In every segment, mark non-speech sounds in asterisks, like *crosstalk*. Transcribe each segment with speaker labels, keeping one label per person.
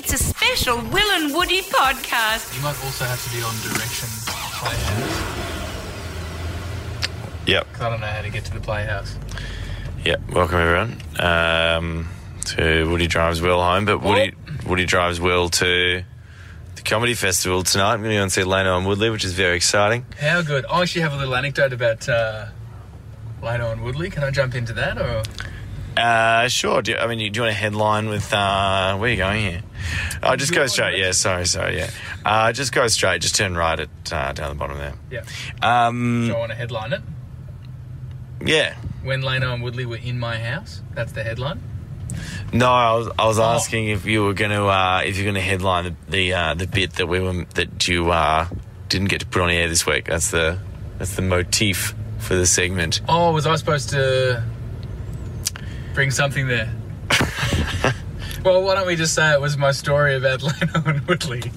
Speaker 1: official Will and Woody podcast.
Speaker 2: You might also have to be on direction playhouse.
Speaker 3: Yep.
Speaker 2: 'cause I don't know how to get to the playhouse.
Speaker 3: Yep. Welcome everyone um, to Woody Drives Will home, but Woody Woody Drives Will to the comedy festival tonight. I'm going to go and see Lena on Woodley, which is very exciting.
Speaker 2: How good. I actually have a little anecdote about uh, Leno and Woodley. Can I jump into that? or
Speaker 3: Uh, sure. Do you, I mean, you- do you want a headline with uh, where are you going here? I just go
Speaker 2: You're
Speaker 3: straight.
Speaker 2: on-
Speaker 3: Yeah. Sorry. Sorry. Yeah. Uh, just go straight. Just turn right at uh, down the bottom there.
Speaker 2: Yeah.
Speaker 3: Um,
Speaker 2: Do I want to headline it?
Speaker 3: yeah.
Speaker 2: When Leno and Woodley were in my house. That's the headline.
Speaker 3: No, I was, I
Speaker 2: Oh.
Speaker 3: was asking if you were going to uh, if you're going to headline the the, uh, the bit that we were that you uh, didn't get to put on air this week. That's the that's the motif for the segment.
Speaker 2: Oh, was I supposed to bring something
Speaker 3: *laughs*
Speaker 2: there? well, why don't we just say it was my story about Leno *laughs* and Woodley?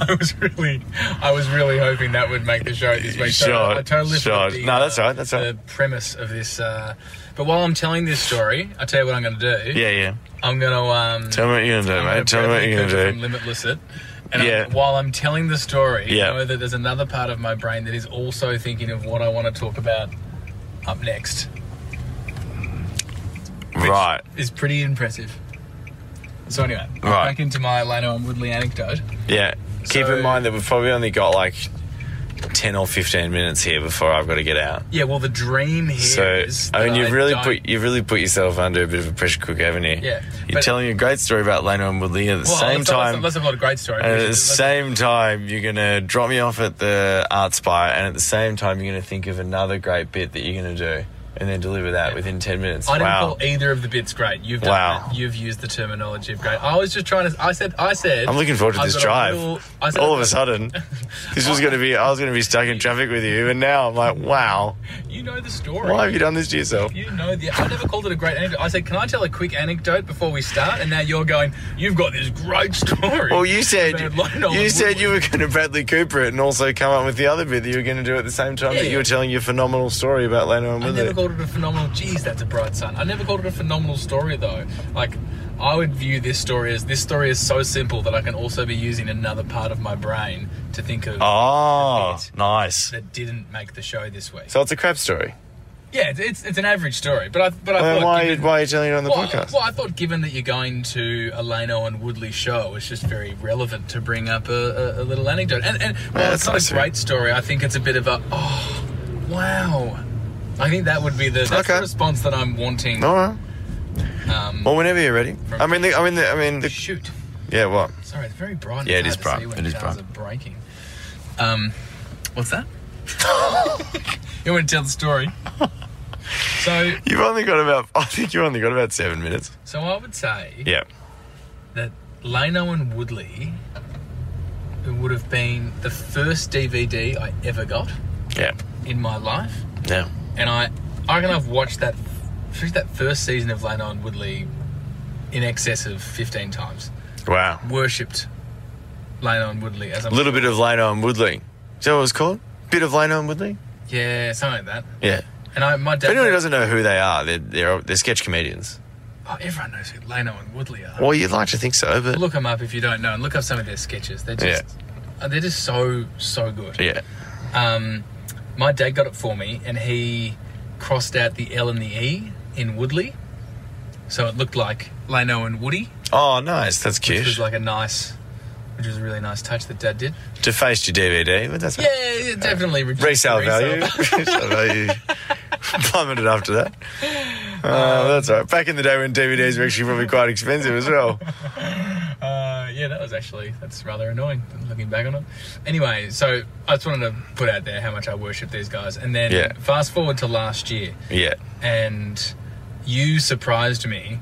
Speaker 2: I was really, I was really hoping that would make the show this week. So
Speaker 3: Sure,
Speaker 2: I totally
Speaker 3: sure.
Speaker 2: forgot The,
Speaker 3: No, that's all right, that's all
Speaker 2: the
Speaker 3: right.
Speaker 2: premise of this. Uh, but while I'm telling this story, I will tell you what I'm going to do.
Speaker 3: Yeah, yeah.
Speaker 2: I'm going to um,
Speaker 3: Tell me what you're going to do,
Speaker 2: I'm gonna
Speaker 3: mate. Tell me
Speaker 2: grab
Speaker 3: what
Speaker 2: that
Speaker 3: you're
Speaker 2: picture
Speaker 3: going
Speaker 2: From
Speaker 3: to do.
Speaker 2: Limitless it. And
Speaker 3: Yeah.
Speaker 2: I'm- while I'm telling the story,
Speaker 3: Yeah.
Speaker 2: I know that there's another part of my brain that is also thinking of what I want to talk about up next.
Speaker 3: Right.
Speaker 2: It's pretty impressive. So anyway,
Speaker 3: Right.
Speaker 2: back into my Lano and Woodley anecdote.
Speaker 3: Yeah. Keep
Speaker 2: So-
Speaker 3: in mind that we've probably only got like ten or fifteen minutes here before I've got to get out.
Speaker 2: Yeah, well, the dream here
Speaker 3: So
Speaker 2: is
Speaker 3: I mean,
Speaker 2: that
Speaker 3: you've really
Speaker 2: don't-
Speaker 3: put you've really put yourself under a bit of a pressure cook, haven't you?
Speaker 2: Yeah,
Speaker 3: You're
Speaker 2: but-
Speaker 3: telling a great story about Leno and Woodley at the
Speaker 2: Well,
Speaker 3: same
Speaker 2: let's not- let's
Speaker 3: time.
Speaker 2: not- Let's have a lot of great story.
Speaker 3: And at the
Speaker 2: Let's-
Speaker 3: same time, you're going to drop me off at the art spy, and at the same time, you're going to think of another great bit that you're going to do, and then deliver that within 10 minutes.
Speaker 2: I didn't
Speaker 3: wow.
Speaker 2: call either of the bits great. You've done
Speaker 3: Wow.
Speaker 2: that. You've used the terminology of great. I was just trying to. I said. I said.
Speaker 3: I'm looking forward to
Speaker 2: I've
Speaker 3: this
Speaker 2: got a
Speaker 3: drive.
Speaker 2: little- I said,
Speaker 3: All of
Speaker 2: *laughs*
Speaker 3: a sudden, this was going to be, I was going to be stuck in traffic with you, and now I'm like, wow,
Speaker 2: You know the story.
Speaker 3: why have you done this to yourself?
Speaker 2: You know the. I never called it a great anecdote. I said, "Can I tell a quick anecdote before we start?" And now you're going. You've got this great story.
Speaker 3: Well, you said
Speaker 2: about Lionel
Speaker 3: you said
Speaker 2: Woodley."
Speaker 3: you were going to Bradley Cooper it and also come up with the other bit that you were going to do at the same time
Speaker 2: Yeah,
Speaker 3: that
Speaker 2: yeah.
Speaker 3: you were telling your phenomenal story about Leno and
Speaker 2: I
Speaker 3: Woodley.
Speaker 2: never called it a phenomenal. Geez, that's a bright sun. I never called it a phenomenal story though. Like, I would view this story as this story is so simple that I can also be using another part of my brain to think of
Speaker 3: Oh,
Speaker 2: The bit.
Speaker 3: nice.
Speaker 2: that didn't make the show this week.
Speaker 3: So it's a crap story.
Speaker 2: yeah, it's, it's it's an average story, but I but I
Speaker 3: Well,
Speaker 2: thought
Speaker 3: why, are you-
Speaker 2: given-
Speaker 3: why are you telling it on the
Speaker 2: well,
Speaker 3: podcast?
Speaker 2: well, I thought given that you're going to a Leno and Woodley show, it's just very relevant to bring up a, a, a little anecdote. And, and while
Speaker 3: that's
Speaker 2: it's not
Speaker 3: nice
Speaker 2: a
Speaker 3: of you.
Speaker 2: great story, I think it's a bit of a oh wow. I think that would be the, that's
Speaker 3: Okay.
Speaker 2: the response that I'm wanting.
Speaker 3: All right.
Speaker 2: Um,
Speaker 3: Well, whenever you're ready.
Speaker 2: From-
Speaker 3: I mean, the, I mean, the, I mean, the,
Speaker 2: Shoot.
Speaker 3: yeah. What?
Speaker 2: Sorry, it's very bright.
Speaker 3: Yeah,
Speaker 2: It's
Speaker 3: it is
Speaker 2: hard to
Speaker 3: bright.
Speaker 2: see when
Speaker 3: It is
Speaker 2: cars
Speaker 3: bright.
Speaker 2: are braking. Um, what's
Speaker 3: *laughs*
Speaker 2: that? you want to tell the story? So,
Speaker 3: You've only got about. *laughs* I think you have only got about seven minutes.
Speaker 2: so I would say
Speaker 3: Yeah.
Speaker 2: that Leno and Woodley would have been the first DVD I ever got
Speaker 3: Yeah.
Speaker 2: in my life,
Speaker 3: Yeah.
Speaker 2: and I, I reckon I've watched that, watched that first season of Leno and Woodley, in excess of fifteen times.
Speaker 3: Wow.
Speaker 2: Worshipped Leno and Woodley as I'm
Speaker 3: A little bit of Leno and Woodley. Is that what it's called? Bit of Leno and Woodley.
Speaker 2: yeah, something like that.
Speaker 3: Yeah.
Speaker 2: And I, my
Speaker 3: If
Speaker 2: dad.
Speaker 3: anyone who doesn't know who they are, they're they're, they're sketch comedians.
Speaker 2: Oh, everyone knows who Leno and Woodley are.
Speaker 3: Well, you'd like to think so, but
Speaker 2: Look them up if you don't know, and look up some of their sketches. They're just, uh, they're just so so good.
Speaker 3: yeah.
Speaker 2: Um, my dad got it for me, and he crossed out the L and the E in Woodley, so it looked like Leno and Woody,
Speaker 3: Oh, nice. That's
Speaker 2: which was
Speaker 3: cute.
Speaker 2: like a nice, which was a really nice touch that Dad did.
Speaker 3: Defaced your DVD, but that's all
Speaker 2: Yeah, it definitely reduced the
Speaker 3: Uh, resale *laughs* value. resale value plummeted after that. Uh, that's all right. Back in the day when DVDs were actually probably quite expensive as well.
Speaker 2: Uh, yeah, that was actually that's rather annoying looking back on it. Anyway, so I just wanted to put out there how much I worship these guys, and then
Speaker 3: Yeah.
Speaker 2: fast forward to last year,
Speaker 3: Yeah,
Speaker 2: and you surprised me,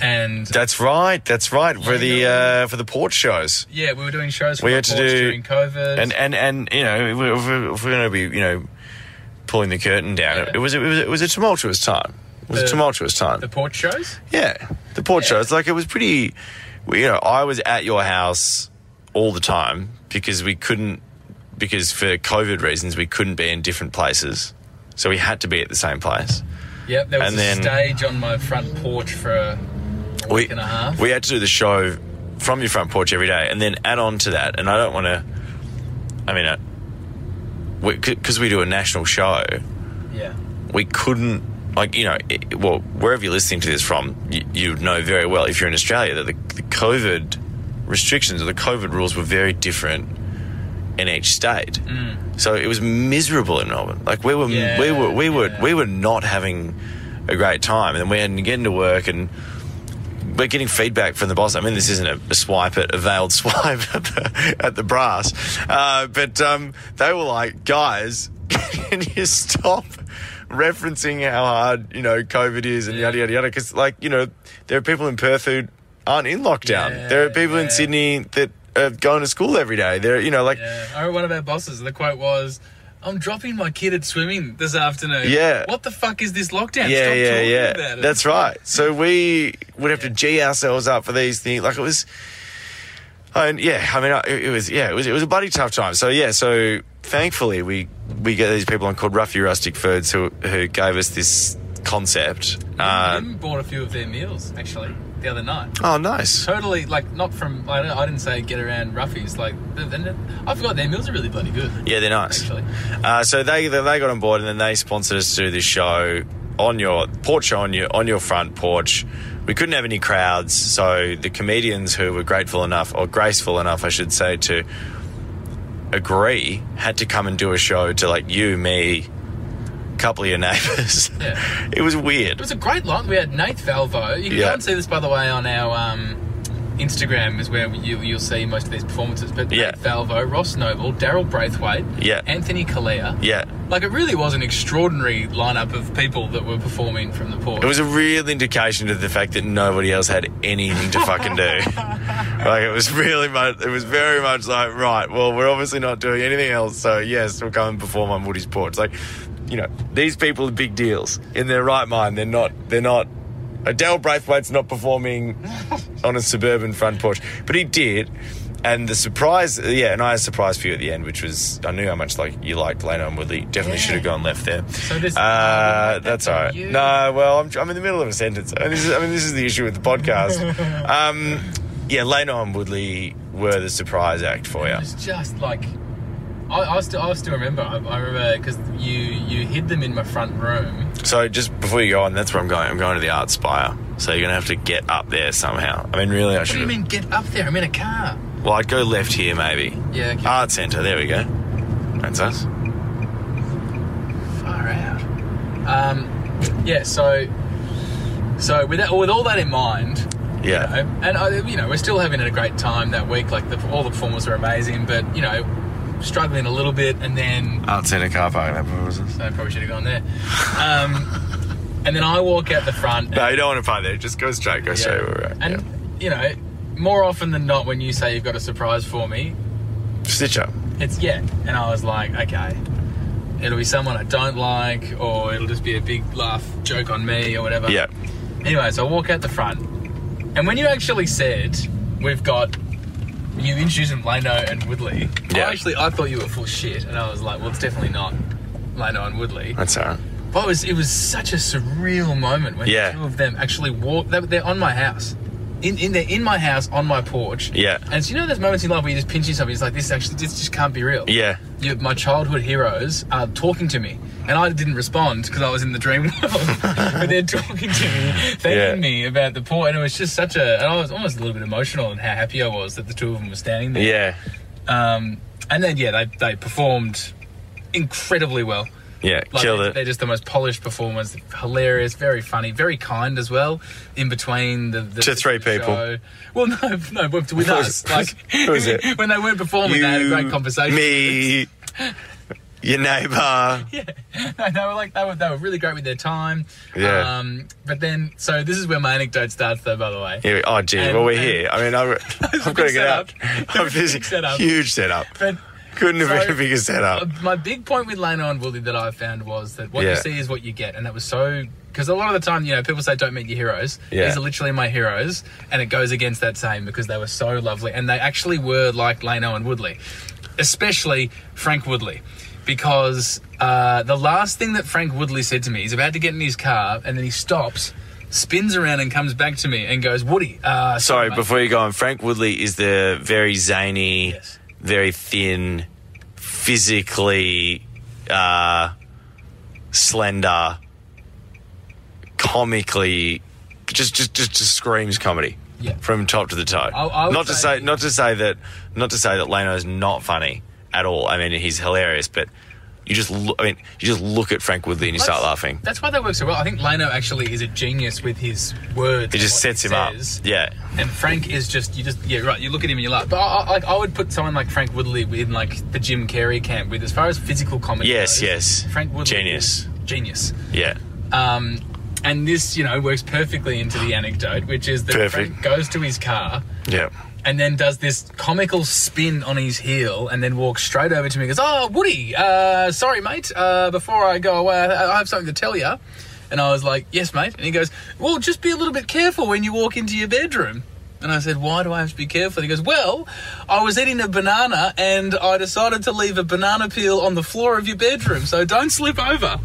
Speaker 2: and
Speaker 3: that's right. That's right for the uh, for the port shows.
Speaker 2: yeah, we were doing shows for
Speaker 3: We
Speaker 2: the
Speaker 3: had to
Speaker 2: Force
Speaker 3: do-
Speaker 2: during COVID,
Speaker 3: And and and you know if we're, if we're- if we're going to be you know pulling the curtain down, it,
Speaker 2: Yeah.
Speaker 3: was it was it was a tumultuous time. It was a
Speaker 2: The-
Speaker 3: tumultuous time.
Speaker 2: the port shows.
Speaker 3: Yeah, the port
Speaker 2: Yeah.
Speaker 3: shows. Like it was pretty. You know, I was at your house all the time because we couldn't because for COVID reasons we couldn't be in different places, so we had to be at the same place.
Speaker 2: Yep, there was
Speaker 3: And
Speaker 2: a
Speaker 3: then-
Speaker 2: stage on my front porch for a week
Speaker 3: we
Speaker 2: and a half.
Speaker 3: we had to do the show from your front porch every day, and then add on to that. And I don't want to. I mean, because we, do a national show,
Speaker 2: Yeah.
Speaker 3: we couldn't. Like you know, it, well, wherever you're listening to this from, you, you know very well if you're in Australia that the, the COVID restrictions or the COVID rules were very different in each state. So it was miserable in Melbourne. Like we were,
Speaker 2: Mm. Yeah,
Speaker 3: we were, we were,
Speaker 2: yeah.
Speaker 3: we were not having a great time. And then we had to get into work and we're getting feedback from the boss. I mean, this isn't a, a swipe at a veiled *laughs* swipe at the, at the brass, uh, but um, they were like, guys, *laughs* can you stop referencing how hard you know COVID is and yada yada yada? Because like you know, there are people in Perth who aren't in lockdown.
Speaker 2: Yeah,
Speaker 3: there are people in
Speaker 2: yeah.
Speaker 3: Sydney that are going to school every day. They're you know like.
Speaker 2: Yeah. I remember one of our bosses, the quote was, I'm dropping my kid at swimming this afternoon.
Speaker 3: Yeah.
Speaker 2: What the fuck is this lockdown?
Speaker 3: yeah,
Speaker 2: Stop
Speaker 3: yeah,
Speaker 2: talking
Speaker 3: yeah.
Speaker 2: about it.
Speaker 3: That's right. So we would have to g ourselves up for these things. Like it was, and yeah, I mean, I- it it was yeah, it was it was a bloody tough time. So yeah, so thankfully we we get these people on called Ruffy Rustic Foods who who gave us this concept.
Speaker 2: I
Speaker 3: Uh,
Speaker 2: even bought a few of their meals, actually, the other night.
Speaker 3: oh, nice.
Speaker 2: Totally, like, not from, I, don't, I didn't say get around Ruffy's. Like, they- they- I forgot their meals are really bloody good.
Speaker 3: Yeah, they're nice.
Speaker 2: Actually.
Speaker 3: Uh, so they they they got on board and then they sponsored us to do this show on your porch show on your on your front porch. We couldn't have any crowds, so the comedians who were grateful enough or graceful enough, I should say, to agree had to come and do a show to like you, me, a couple of your *laughs* neighbours.
Speaker 2: Yeah.
Speaker 3: it was
Speaker 2: It
Speaker 3: weird.
Speaker 2: was a great line. We had Nate Valvo. You can
Speaker 3: Yeah.
Speaker 2: go and see this, by the way, on our um, Instagram is where you, you'll see most of these performances. But
Speaker 3: Yeah.
Speaker 2: Nate Valvo, Ross Noble, Daryl Braithwaite,
Speaker 3: Yeah.
Speaker 2: Anthony Kalea.
Speaker 3: Yeah.
Speaker 2: Like, it really was an extraordinary lineup of people that were performing from the porch.
Speaker 3: It was a real indication of the fact that nobody else had anything to
Speaker 2: *laughs*
Speaker 3: fucking do. like it was really much. It was very much like right. Well, we're obviously not doing anything else, so yes, we'll come and perform on Woody's porch. Like, you know, these people are big deals in their right mind. They're not. They're not. Adele Braithwaite's
Speaker 2: *laughs*
Speaker 3: not performing on a suburban front porch, but he did. And the surprise, yeah, and I had a surprise for you at the end, which was I knew how much like you liked Leno and Woodley. Definitely
Speaker 2: Yeah.
Speaker 3: should have gone left there.
Speaker 2: So does-
Speaker 3: uh, that's all right.
Speaker 2: You-
Speaker 3: No, Uh, well, I'm, I'm in the middle of a sentence. And this is, I mean, this is the issue with the podcast. Um, yeah, Leno and Woodley were the surprise act for you.
Speaker 2: It was just like I, I still I still remember. I, I remember because you you hid them in my front room.
Speaker 3: So just before you go on, that's where I'm going. I'm going to the Art Spire. So you're gonna have to get up there somehow. I mean, really, I
Speaker 2: What do
Speaker 3: should.
Speaker 2: you
Speaker 3: have-
Speaker 2: mean? Get up there! I'm in a car.
Speaker 3: Well, I'd go left here maybe.
Speaker 2: Yeah, okay.
Speaker 3: Art Centre. There we go. That's us.
Speaker 2: far out. Um, yeah. So so with that, with all that in mind,
Speaker 3: Yeah.
Speaker 2: know, and I, you know we're still having a great time that week. Like the, all the performers are amazing, but you know struggling a little bit, and then
Speaker 3: Art Centre car park. That was us.
Speaker 2: so I probably should have gone there. Um,
Speaker 3: *laughs*
Speaker 2: and then I walk out the front. and-
Speaker 3: No, you don't want to park there. Just go straight. Go straight.
Speaker 2: Yeah.
Speaker 3: We're right.
Speaker 2: And you know, more often than not, when you say you've got a surprise for me,
Speaker 3: yeah. Stitch up.
Speaker 2: it's yeah. And I was like, okay, it'll be someone I don't like, or it'll just be a big laugh joke on me, or whatever.
Speaker 3: Yeah.
Speaker 2: Anyway, so I walk out the front, and when you actually said we've got. You introducing Leno and Woodley.
Speaker 3: Yeah.
Speaker 2: I actually I thought you were full shit, and I was like, well, it's definitely not Leno and Woodley.
Speaker 3: That's all right.
Speaker 2: But it was it was such a surreal moment when
Speaker 3: Yeah.
Speaker 2: the two of them actually walk. They're, they're on my house, in in they're in my house on my porch.
Speaker 3: Yeah.
Speaker 2: And so you know those moments in life where you're just pinching something. It's like this actually this just can't be real.
Speaker 3: Yeah.
Speaker 2: You, my childhood heroes are talking to me, and I didn't respond because I was in the dream *laughs* world. but they're talking to me, thanking
Speaker 3: Yeah.
Speaker 2: me about the port, and it was just such a. And I was almost a little bit emotional in how happy I was that the two of them were standing there.
Speaker 3: Yeah.
Speaker 2: Um, and then yeah, they they performed incredibly well.
Speaker 3: Yeah.
Speaker 2: Like,
Speaker 3: Killed
Speaker 2: they're,
Speaker 3: it.
Speaker 2: they're just the most polished performers, hilarious, very funny, very kind as well. In between the, the
Speaker 3: To three
Speaker 2: the
Speaker 3: people.
Speaker 2: show. Well, no, no, with,
Speaker 3: *laughs*
Speaker 2: with
Speaker 3: Who
Speaker 2: us.
Speaker 3: was-
Speaker 2: Like
Speaker 3: who was it?
Speaker 2: *laughs* when they weren't performing, they had a great conversation.
Speaker 3: Me,
Speaker 2: *laughs*
Speaker 3: your neighbour.
Speaker 2: No, they were like they were, they were really great with their time.
Speaker 3: Yeah.
Speaker 2: Um, but then, so this is where my anecdote starts, though. By the way.
Speaker 3: Yeah, we- oh, gee.
Speaker 2: And-
Speaker 3: well, we're
Speaker 2: and-
Speaker 3: here. I
Speaker 2: *laughs*
Speaker 3: mean, I've, I've got to
Speaker 2: big
Speaker 3: get out. *laughs*
Speaker 2: setup. *laughs*
Speaker 3: I'm
Speaker 2: Big
Speaker 3: busy.
Speaker 2: setup.
Speaker 3: Huge setup.
Speaker 2: But
Speaker 3: Couldn't have been
Speaker 2: so-
Speaker 3: a bigger setup.
Speaker 2: my big point with Leno and Woolley that I found was that what
Speaker 3: Yeah.
Speaker 2: you see is what you get, and that was so. Because a lot of the time, you know, people say don't meet your heroes.
Speaker 3: Yeah.
Speaker 2: These are literally my heroes, and it goes against that saying because they were so lovely, and they actually were like Leno and Woodley, especially Frank Woodley, because uh, the last thing that Frank Woodley said to me, he's about to get in his car, and then he stops, spins around and comes back to me and goes, Woody, uh,
Speaker 3: Sorry,
Speaker 2: mate."
Speaker 3: before you go on, Frank Woodley is the very zany,
Speaker 2: Yes.
Speaker 3: very thin, physically uh, slender, comically just just just, just screams comedy.
Speaker 2: Yeah.
Speaker 3: From top to the toe.
Speaker 2: I- I would
Speaker 3: not to
Speaker 2: say-
Speaker 3: say not to say that not to say that Leno is not funny at all. I mean, he's hilarious, but you just lo- I mean, you just look at Frank Woodley and you start
Speaker 2: That's-
Speaker 3: laughing.
Speaker 2: That's why they work so well. I think Leno actually is a genius with his words.
Speaker 3: It just
Speaker 2: and what
Speaker 3: sets
Speaker 2: he
Speaker 3: him up.
Speaker 2: says.
Speaker 3: Yeah.
Speaker 2: And Frank is just you just yeah right. You look at him and you laugh. But I, I, like I would put someone like Frank Woodley in like the Jim Carrey camp with as far as physical comedy.
Speaker 3: Yes,
Speaker 2: goes,
Speaker 3: yes.
Speaker 2: Frank Woodley,
Speaker 3: Genius.
Speaker 2: is genius.
Speaker 3: Yeah.
Speaker 2: Um, and this you know works perfectly into the anecdote, which is that
Speaker 3: Perfect.
Speaker 2: Frank goes to his car
Speaker 3: Yeah.
Speaker 2: and then does this comical spin on his heel and then walks straight over to me and goes, Oh, Woody, uh, sorry, mate. Uh, before I go away, I I have something to tell you. And I was like, Yes, mate. And he goes, Well, just be a little bit careful when you walk into your bedroom. And I said, Why do I have to be careful? And he goes, Well, I was eating a banana and I decided to leave a banana peel on the floor of your bedroom, so don't slip over.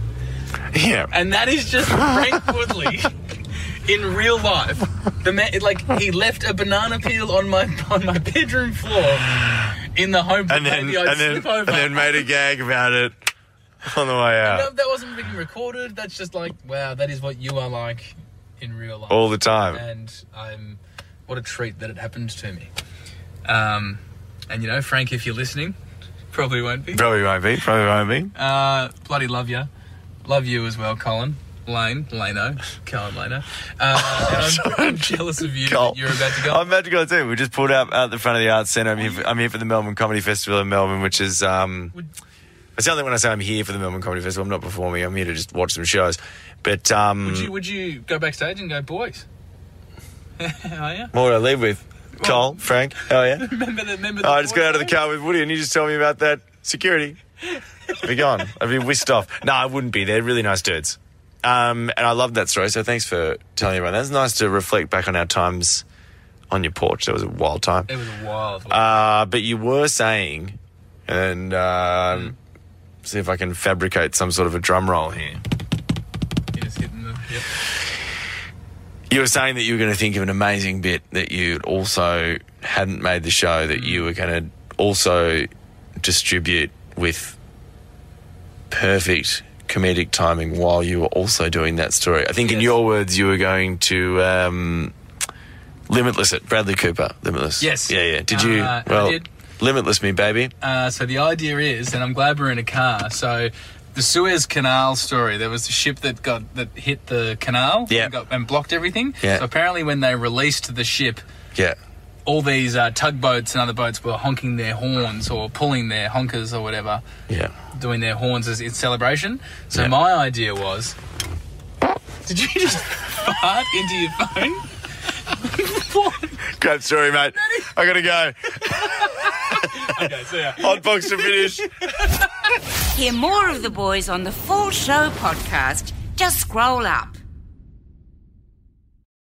Speaker 3: Yeah.
Speaker 2: And that is just
Speaker 3: *laughs*
Speaker 2: Frank Woodley in real life. The man, like, he left a banana peel on my on my bedroom floor in the hope that
Speaker 3: and then
Speaker 2: maybe I'd
Speaker 3: and then,
Speaker 2: slip over.
Speaker 3: and then made a gag about it on the way
Speaker 2: no,
Speaker 3: out
Speaker 2: that wasn't being recorded. That's just like, wow, that is what you are like in real life.
Speaker 3: all the time.
Speaker 2: and I'm what a treat that it happened to me. Um, and you know, Frank, if you're listening, probably won't be.
Speaker 3: Probably won't be. Probably won't be.
Speaker 2: Uh, bloody love you. Love you as well, Colin. Lane, Lano, Colin Lano.
Speaker 3: *laughs*
Speaker 2: Uh, and I'm, I'm jealous of you.
Speaker 3: Col-
Speaker 2: That you're about to go.
Speaker 3: I'm about to go too. We just pulled up out the front of the Arts Centre. I'm here, for, I'm here for the Melbourne Comedy Festival in Melbourne, which is. Um,
Speaker 2: Would-
Speaker 3: it's the only when I say I'm here for the Melbourne Comedy Festival. I'm not performing. I'm here to just watch some shows. But um,
Speaker 2: would you would you go backstage and go, boys? *laughs* How are you?
Speaker 3: what would I leave with? Cole, Frank, oh yeah.
Speaker 2: Remember the remember. The
Speaker 3: I just
Speaker 2: boys,
Speaker 3: got out of the
Speaker 2: eh?
Speaker 3: car with Woody, and you just told me about that security. *laughs* Be gone. I'd be whisked off. No, I wouldn't be. They're really nice dudes, um, and I love that story. So thanks for telling everyone. That's nice to reflect back on our times on your porch. That was a wild time.
Speaker 2: It was a wild. one.
Speaker 3: Uh, but you were saying, and um, see if I can fabricate some sort of a drum roll here.
Speaker 2: You're just hitting the- yep.
Speaker 3: You were saying that you were going to think of an amazing bit that you also hadn't made the show that you were going to also distribute with perfect comedic timing while you were also doing that story. I think in
Speaker 2: Yes.
Speaker 3: your words, you were going to um, limitless it, Bradley Cooper, limitless.
Speaker 2: Yes.
Speaker 3: yeah, yeah. Did you?
Speaker 2: Uh, I
Speaker 3: well,
Speaker 2: did.
Speaker 3: limitless me, baby.
Speaker 2: Uh, so the idea is, and I'm glad we're in a car. So the Suez Canal story. There was the ship that got that hit the canal.
Speaker 3: Yeah.
Speaker 2: And, got, and blocked everything.
Speaker 3: Yeah.
Speaker 2: So apparently, when they released the ship,
Speaker 3: Yeah,
Speaker 2: all these uh, tugboats and other boats were honking their horns or pulling their honkers or whatever,
Speaker 3: yeah.
Speaker 2: doing their horns as its celebration. So
Speaker 3: Yeah.
Speaker 2: my idea was, did you just *laughs* fart into your phone?
Speaker 3: Great story, mate. I gotta go.
Speaker 2: *laughs* okay, so yeah.
Speaker 3: *laughs* Hot box to finish.
Speaker 1: Hear more of the boys on the Full Show podcast. Just scroll up.